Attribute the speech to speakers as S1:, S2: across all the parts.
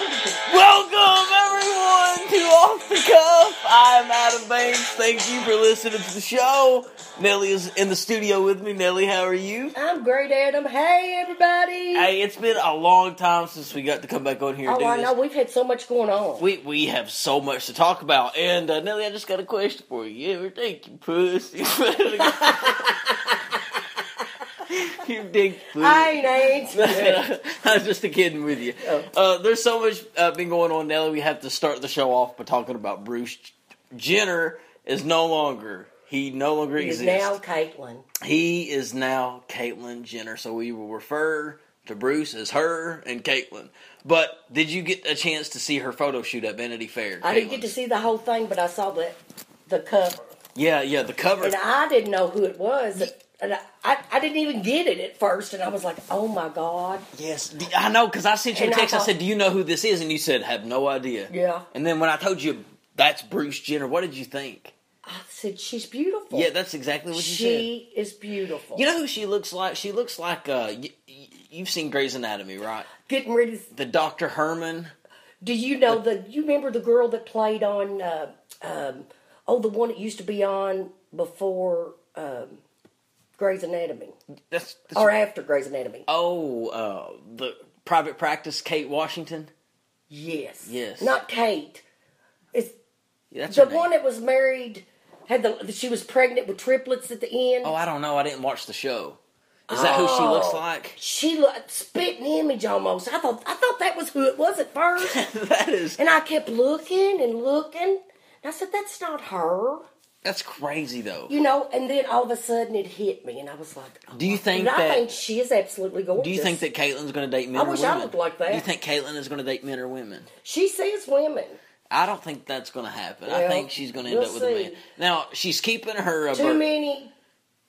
S1: Welcome everyone to Off the Cuff. I'm Adam Banks. Thank you for listening to the show. Nelly is in the studio with me. Nelly, how are you?
S2: I'm great, Adam. Hey, everybody.
S1: Hey, it's been a long time since we got to come back on here and
S2: oh,
S1: do
S2: I
S1: this.
S2: know. We've had so much going on.
S1: We we have so much to talk about, and uh, Nelly, I just got a question for you. You ever think you pussy? you dig pussy?
S2: I ain't. ain't.
S1: I was just kidding with you.
S2: Oh.
S1: Uh, there's so much uh, been going on, Nelly. We have to start the show off by talking about Bruce Jenner is no longer. He no longer
S2: He's
S1: exists.
S2: now Caitlin.
S1: he is now Caitlyn Jenner. So we will refer to Bruce as her and Caitlyn. But did you get a chance to see her photo shoot at Vanity Fair?
S2: I didn't get
S1: Caitlyn?
S2: to see the whole thing, but I saw the the cover,
S1: Yeah, yeah, the cover.
S2: and I didn't know who it was. And I, I, I didn't even get it at first, and I was like, "Oh my god!"
S1: Yes, d- I know because I sent you a
S2: And I
S1: text. I,
S2: thought-
S1: said, "Do you know who this is?" And you said, "Have no idea."
S2: Yeah.
S1: And then when I told you that's Bruce Jenner, what did you think?
S2: I said, "She's beautiful."
S1: Yeah, that's exactly what you said.
S2: she is beautiful.
S1: You know who she looks like? She looks like uh, y- y- you've seen Grey's Anatomy, right?
S2: getting ready. to-
S1: The Doctor Herman.
S2: Do you know the? You remember the girl that played on? Uh, um, oh, the one that used to be on before um, Grey's Anatomy.
S1: That's, that's
S2: or after Grey's Anatomy.
S1: oh, uh, the private practice Kate Washington.
S2: Yes.
S1: Yes.
S2: Not Kate. It's
S1: Yeah, That's
S2: the
S1: her name.
S2: one that was married. Had the she was pregnant with triplets at the end.
S1: Oh, I don't know. I didn't watch the show. Is that who she looks
S2: Oh.
S1: like?
S2: She looked spitting image almost. I thought I thought that was who it was at first,
S1: that is.
S2: and I kept looking and looking. And I said, "That's not her,"
S1: That's crazy though.
S2: you know. And then all of a sudden, it hit me, and I was like, oh,
S1: Do you
S2: my-
S1: think
S2: and I
S1: that-
S2: think she is absolutely gorgeous.
S1: Do you think that Caitlin's going to date men
S2: I
S1: or
S2: wish I
S1: women?
S2: looked like that.
S1: Do you think Caitlin is going to date men or women?
S2: she says women?
S1: I don't think that's going to happen. I
S2: Well,
S1: think she's going to end
S2: we'll
S1: up with a man.
S2: see.
S1: Now she's keeping her uh,
S2: Too
S1: bird.
S2: many,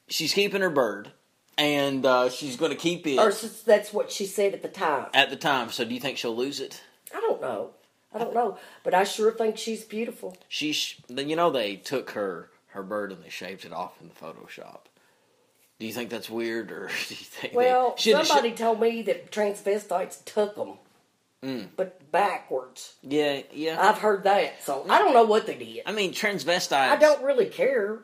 S1: She's keeping her bird, and uh, she's going to keep it
S2: or s- that's what she said at the time.
S1: at the time. So do you think she'll lose it?
S2: I don't know. I don't know, but I sure think she's beautiful.
S1: She's. You know they took her her bird and they shaved it off in the Photoshop. Do you think that's weird, or do you think? they-
S2: Well,
S1: should- should-
S2: somebody told me that transvestites took them,
S1: Mm.
S2: but backwards.
S1: yeah, yeah.
S2: I've heard that, so I don't know what they did.
S1: I mean, transvestites.
S2: I don't really care.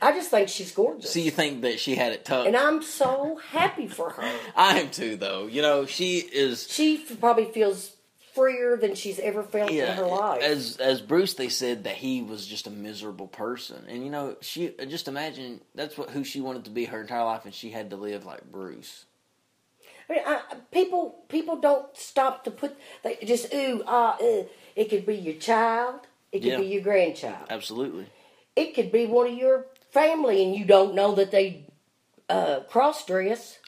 S2: I just think she's gorgeous,
S1: So you think that she had it tucked?
S2: and I'm so happy for her.
S1: I am too, though. You know, she is.
S2: She f- probably feels freer than she's ever felt in her
S1: Yeah,
S2: life.
S1: as as Bruce, they said that he was just a miserable person, and you know, she just imagine that's what who she wanted to be her entire life, and she had to live like Bruce.
S2: I mean, I, people people don't stop to put they just ooh ah uh, it could be your child, it could
S1: Yeah.
S2: be your grandchild.
S1: Absolutely,
S2: it could be one of your family and you don't know that they uh, cross dress.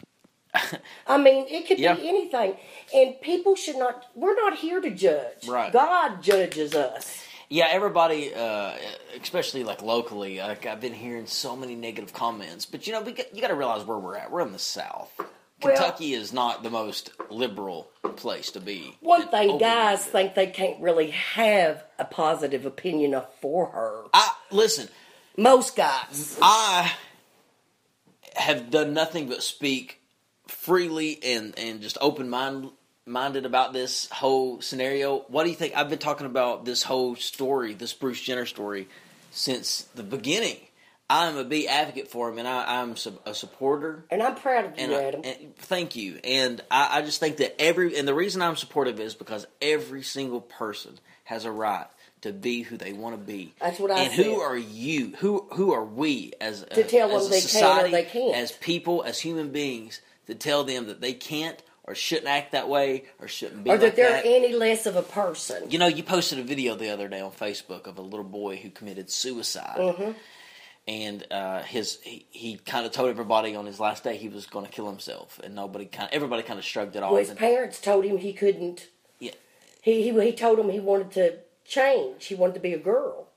S2: I mean, it could
S1: Yeah.
S2: be anything. And people should not, we're not here to judge.
S1: Right.
S2: God judges us.
S1: yeah. Everybody, uh, especially like locally, like I've been hearing so many negative comments, but you know, we got, you got to realize where we're at. We're in the South.
S2: Well-
S1: Kentucky is not the most liberal place to be. Oh,
S2: One
S1: And
S2: thing
S1: open.
S2: guys think they can't really have a positive opinion of for her.
S1: I listen.
S2: Most guys.
S1: I have done nothing but speak freely and and just open mind minded about this whole scenario. What do you think? I've been talking about this whole story, this Bruce Jenner story, since the beginning. I'm a big advocate for him, and I, I'm sub- a supporter.
S2: And I'm proud of you,
S1: And, I,
S2: Adam.
S1: and thank you. And I, I just think that every and the reason I'm supportive is because every single person has a right to be who they want to be.
S2: That's what I
S1: And
S2: said.
S1: who are you? Who who are we as
S2: To tell
S1: as
S2: them
S1: a
S2: they can or
S1: society,
S2: they can't.
S1: as people, as human beings, to tell them that they can't or shouldn't act that way or shouldn't be
S2: or
S1: like
S2: that they're
S1: that.
S2: any less of a person.
S1: You know, you posted a video the other day on Facebook of a little boy who committed suicide, and uh, his he, he kind of told everybody on his last day he was going to kill himself, and nobody kind of, everybody kind of shrugged it off.
S2: Well, his
S1: and-
S2: parents told him he couldn't.
S1: yeah.
S2: He, he, he told him he wanted to change, he wanted to be a girl.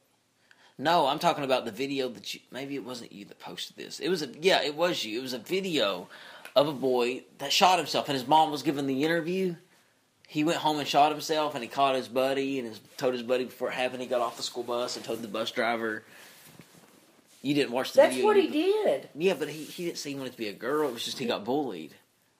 S1: No, I'm talking about the video that you maybe it wasn't you that posted this. It was a yeah, it was you. It was a video of a boy that shot himself, and his mom was giving the interview. He went home and shot himself, and he caught his buddy, and his, told his buddy before it happened. He got off the school bus and told the bus driver. You didn't watch the
S2: That's
S1: video.
S2: what
S1: you-
S2: he did.
S1: Yeah, but he, he didn't say he wanted to be a girl. It was just he got bullied.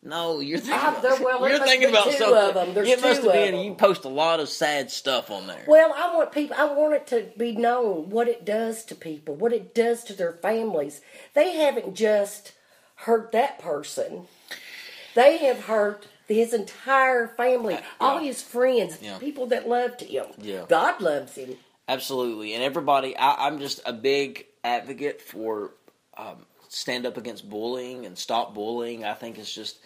S1: No, you're
S2: Ah,
S1: thinking,
S2: there- well, there
S1: you're
S2: must
S1: thinking
S2: be
S1: about
S2: two
S1: something.
S2: of 'em. There's
S1: it must
S2: two
S1: have
S2: of
S1: been.
S2: 'em.
S1: You post a lot of sad stuff on there.
S2: Well, I want people. I want it to be known what it does to people, what it does to their families. They haven't just hurt that person; they have hurt his entire family, all his friends,
S1: Uh, Yeah.
S2: people that loved him.
S1: Yeah.
S2: God loves him.
S1: Absolutely, and everybody. I, I'm just a big advocate for um, stand up against bullying and stop bullying. I think it's just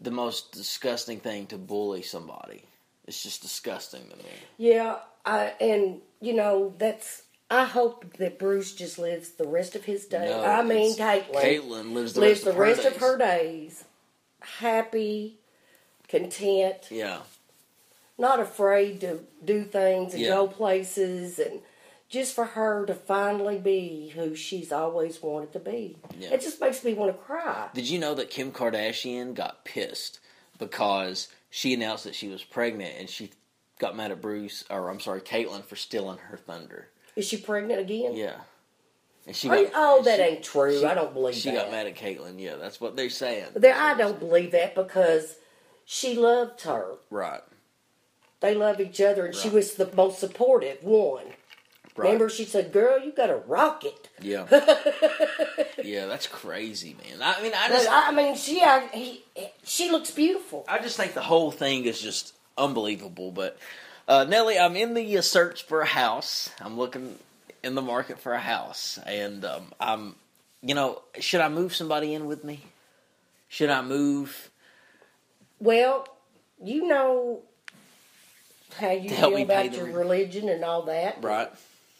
S1: the most disgusting thing to bully somebody. It's just disgusting to me.
S2: Yeah, I, and you know that's. I hope that Bruce just lives the rest of his days.
S1: No,
S2: I mean,
S1: it's-
S2: Caitlin.
S1: Caitlin lives the
S2: lives
S1: rest
S2: the
S1: of her
S2: rest of
S1: days.
S2: her days happy, content,
S1: Yeah,
S2: not afraid to do things and
S1: Yeah.
S2: go places and just for her to finally be who she's always wanted to be.
S1: Yeah.
S2: It just makes me want to cry.
S1: Did you know that Kim Kardashian got pissed because she announced that she was pregnant and she got mad at Bruce, or I'm sorry, Caitlyn for stealing her thunder?
S2: Is she pregnant again?
S1: Yeah. And she
S2: Are you- oh, that
S1: she-
S2: ain't true.
S1: she-
S2: I don't believe
S1: She
S2: that.
S1: got mad at Caitlyn. Yeah, that's what they're saying.
S2: There, I don't believe that because she loved her.
S1: Right.
S2: They love each other, and she
S1: Right.
S2: was the most supportive one.
S1: Right.
S2: Remember, she said, "Girl, you got a rocket."
S1: Yeah. yeah, that's crazy, man. I mean, I
S2: But,
S1: just,
S2: I I mean, she, I, he, she looks beautiful.
S1: I just think the whole thing is just unbelievable. But uh, Nelly, I'm in the uh, search for a house. I'm looking in the market for a house, and um, I'm, you know, should I move somebody in with me? Should I move
S2: Well, you know how you
S1: help
S2: feel
S1: me pay
S2: about
S1: the
S2: your
S1: rent.
S2: religion and all that,
S1: right?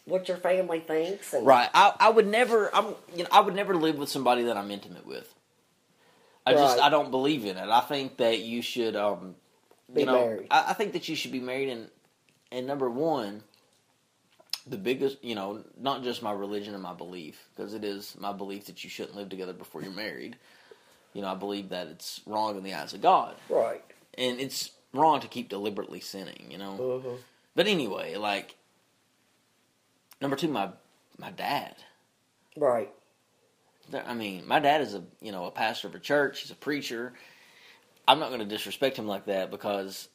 S2: What your family thinks, and
S1: Right. I, I would never. I'm. You know, I would never live with somebody that I'm intimate with. I just.
S2: Right.
S1: I don't believe in it. I think that you should. Um,
S2: Be
S1: you know,
S2: married.
S1: I, I think that you should be married. And and number one, the biggest. You know, not just my religion and my belief, because it is my belief that you shouldn't live together before you're married. You know, I believe that it's wrong in the eyes of God
S2: right,
S1: and it's wrong to keep deliberately sinning, you know. But anyway, like number two, my my dad.
S2: right.
S1: There- I mean, my dad is a you know a pastor of a church. He's a preacher. I'm not going to disrespect him like that because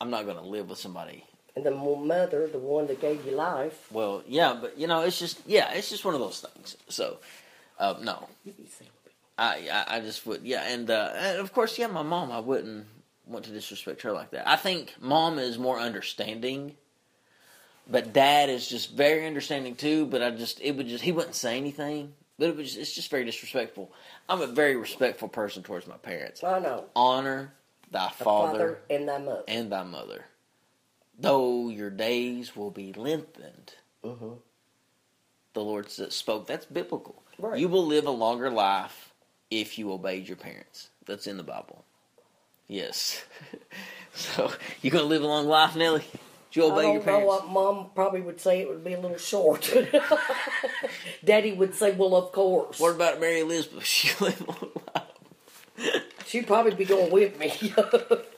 S1: I'm not going to live with somebody.
S2: And the mo- mother, the one that gave you life,
S1: Well, yeah, but you know, it's just yeah, it's just one of those things. So, uh, no,
S2: you be single.
S1: I, I I just would yeah, and uh, and of course yeah, my mom. I wouldn't want to disrespect her like that. I think mom is more understanding, but dad is just very understanding too. But I just it would just he wouldn't say anything. But it was it's just very disrespectful. I'm a very respectful person towards my parents.
S2: I know,
S1: Honor thy
S2: father,
S1: father
S2: and thy mother.
S1: and thy mother, though your days will be lengthened Mm-hmm.
S2: hmm
S1: the Lord s- spoke. That's biblical.
S2: Right.
S1: You will live a longer life if you obeyed your parents. That's in the Bible. Yes. so you're gonna live a long life, Nelly. Did
S2: I
S1: you obey your
S2: don't know
S1: parents?
S2: what mom probably would say. It would be a little short. Daddy would say, "Well, of course."
S1: What about Mary Elizabeth? She lived a long life.
S2: She'd probably be going with me. but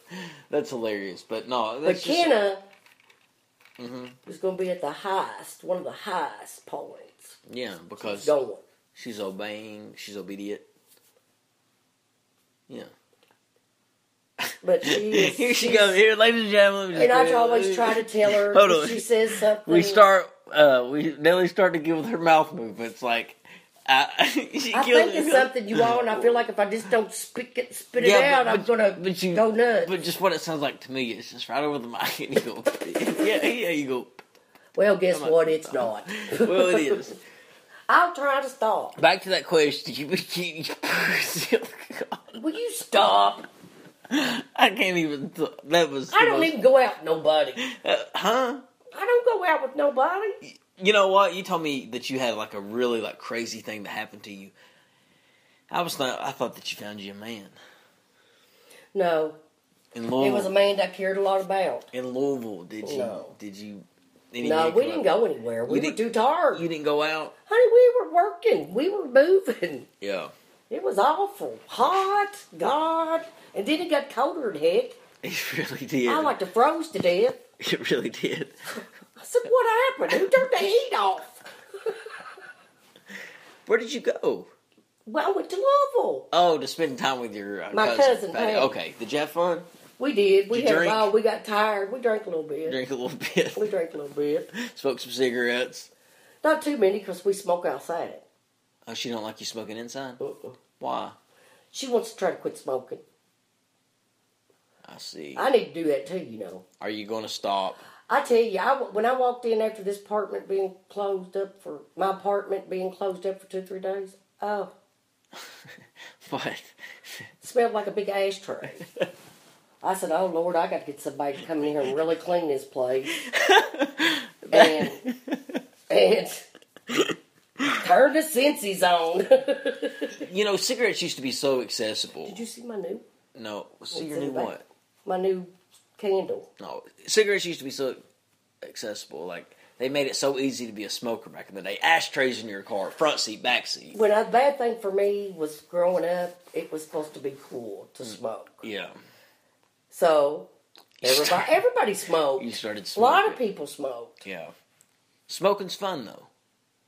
S1: That's hilarious. But no, that's just- Mm-hmm.
S2: Kenna is going to be at the highest, one of the highest points.
S1: yeah, because
S2: Going.
S1: she's obeying. She's obedient. Yeah.
S2: But she is.
S1: Here she
S2: she's-
S1: goes. Here, ladies and gentlemen.
S2: And I always try to tell her
S1: Hold
S2: if
S1: on.
S2: she says something.
S1: we start uh we Nelly started to give with her mouth movements like uh, she
S2: I
S1: killed
S2: think
S1: it.
S2: it's something you all, and I feel like if I just don't spit it, spit it out, I'm gonna
S1: but you,
S2: go nuts.
S1: But just what it sounds like to me, it's just right over the mic and you go Yeah, yeah, you go
S2: well, guess
S1: on.
S2: what? It's not.
S1: Well it is.
S2: I'll try to stop.
S1: Back to that question. You, you,
S2: Will you stop?
S1: I can't even th- that was
S2: I
S1: the
S2: don't
S1: most-
S2: even go out with nobody. I
S1: uh, huh?
S2: don't go out with nobody.
S1: You know what? You told me that you had like a really like crazy thing that happened to you. I was thought I thought that you found you a man.
S2: No,
S1: In
S2: it
S1: Louisville.
S2: was a man that I cared a lot about.
S1: in Louisville. Did you?
S2: No.
S1: Did you? any
S2: No,
S1: man
S2: we
S1: come
S2: didn't
S1: up-
S2: go anywhere. We
S1: You
S2: were
S1: didn't-
S2: too tired.
S1: You didn't go out.
S2: Honey, we were working. We were moving.
S1: Yeah.
S2: It was awful. Hot, God. And then it got colder and heck.
S1: It really did.
S2: I like to froze to death.
S1: it really did.
S2: I said, What happened? Who turned the heat off?
S1: Where did you go?
S2: Well, I went to Louisville.
S1: Oh, to spend time with your uh,
S2: My cousin,
S1: Patty.
S2: Pam.
S1: Okay, did you have fun?
S2: We did. We
S1: Did you
S2: had
S1: drink?
S2: a ball. We got tired. We drank a little bit.
S1: Drink a little bit,
S2: We drank a little bit.
S1: smoke some cigarettes.
S2: Not too many because we smoke outside.
S1: Oh, she don't like you smoking inside.
S2: Uh-uh.
S1: Why?
S2: She wants to try to quit smoking.
S1: I see.
S2: I need to do that too, you know.
S1: Are you going to stop?
S2: I tell you, I, when I walked in after this apartment being closed up for my apartment being closed up for two, three days, oh,
S1: What?
S2: it smelled like a big ashtray. I said, "Oh Lord, I got to get somebody to come in here and really clean this place." and and turn the senses on. Did
S1: you know, cigarettes used to be so accessible.
S2: you see my new
S1: No, cigarette
S2: in the
S1: new
S2: back?
S1: what?
S2: my new candle?
S1: No, cigarettes used to be so accessible. Like they made it so easy to be a smoker back in the day. Ashtrays in your car, front seat, back seat.
S2: When a bad thing for me was growing up, it was supposed to be cool to smoke.
S1: Yeah,
S2: So everybody, everybody smoked.
S1: you started
S2: A lot of
S1: smoking.
S2: people smoked.
S1: Yeah, smoking's fun though,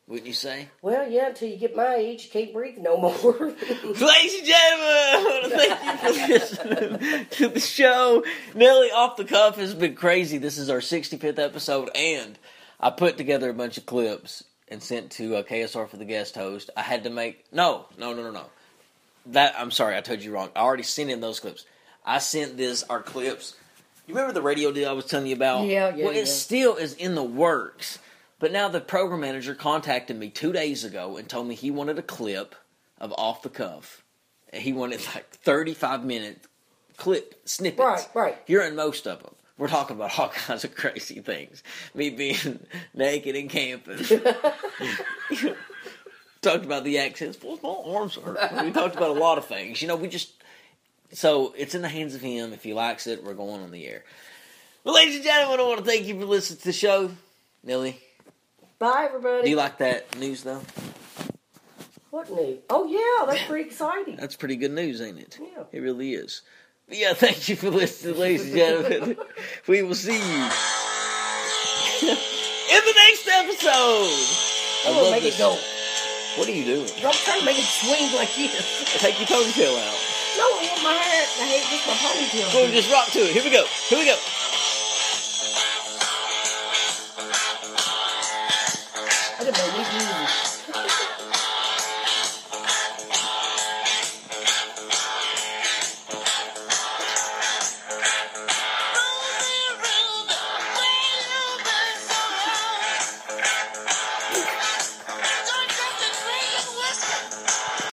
S1: wouldn't you say?
S2: Well, yeah, until you get my age, you can't breathe no more.
S1: Ladies and gentlemen, I want to thank you for listening to the show. Nelly Off the Cuff has been crazy. This is our 65th episode, and I put together a bunch of clips and sent to uh, KSR for the guest host. I had to make no, no, no, no, no. That I'm sorry, I told you wrong. I already sent in those clips. I sent this our clips. You remember the radio deal I was telling you about?
S2: Yeah, yeah,
S1: Well,
S2: yeah.
S1: it still is in the works. But now the program manager contacted me two days ago and told me he wanted a clip of off the cuff. He wanted like 35 minute clip snippets.
S2: Right, right.
S1: You're in most of them. We're talking about all kinds of crazy things. Me being naked and camping. talked about the accents. Well, my arms hurt. We talked about a lot of things. You know, we just so it's in the hands of him. If he likes it, we're going on the air. But ladies and gentlemen, I want to thank you for listening to the show. Nelly,
S2: Bye, everybody.
S1: do you like that news though?
S2: what new? Oh yeah, that's pretty exciting.
S1: That's pretty good news, ain't it?
S2: Yeah.
S1: It really is. But yeah, thank you for listening, ladies and gentlemen. we will see you in the next episode.
S2: I'm gonna Oh, make
S1: this.
S2: it go.
S1: What are you doing?
S2: I'm trying to make it swing like this.
S1: Take your ponytail out.
S2: No, I want my hair. The hair just my ponytail.
S1: We'll just rock to it. Here we go. Here we go.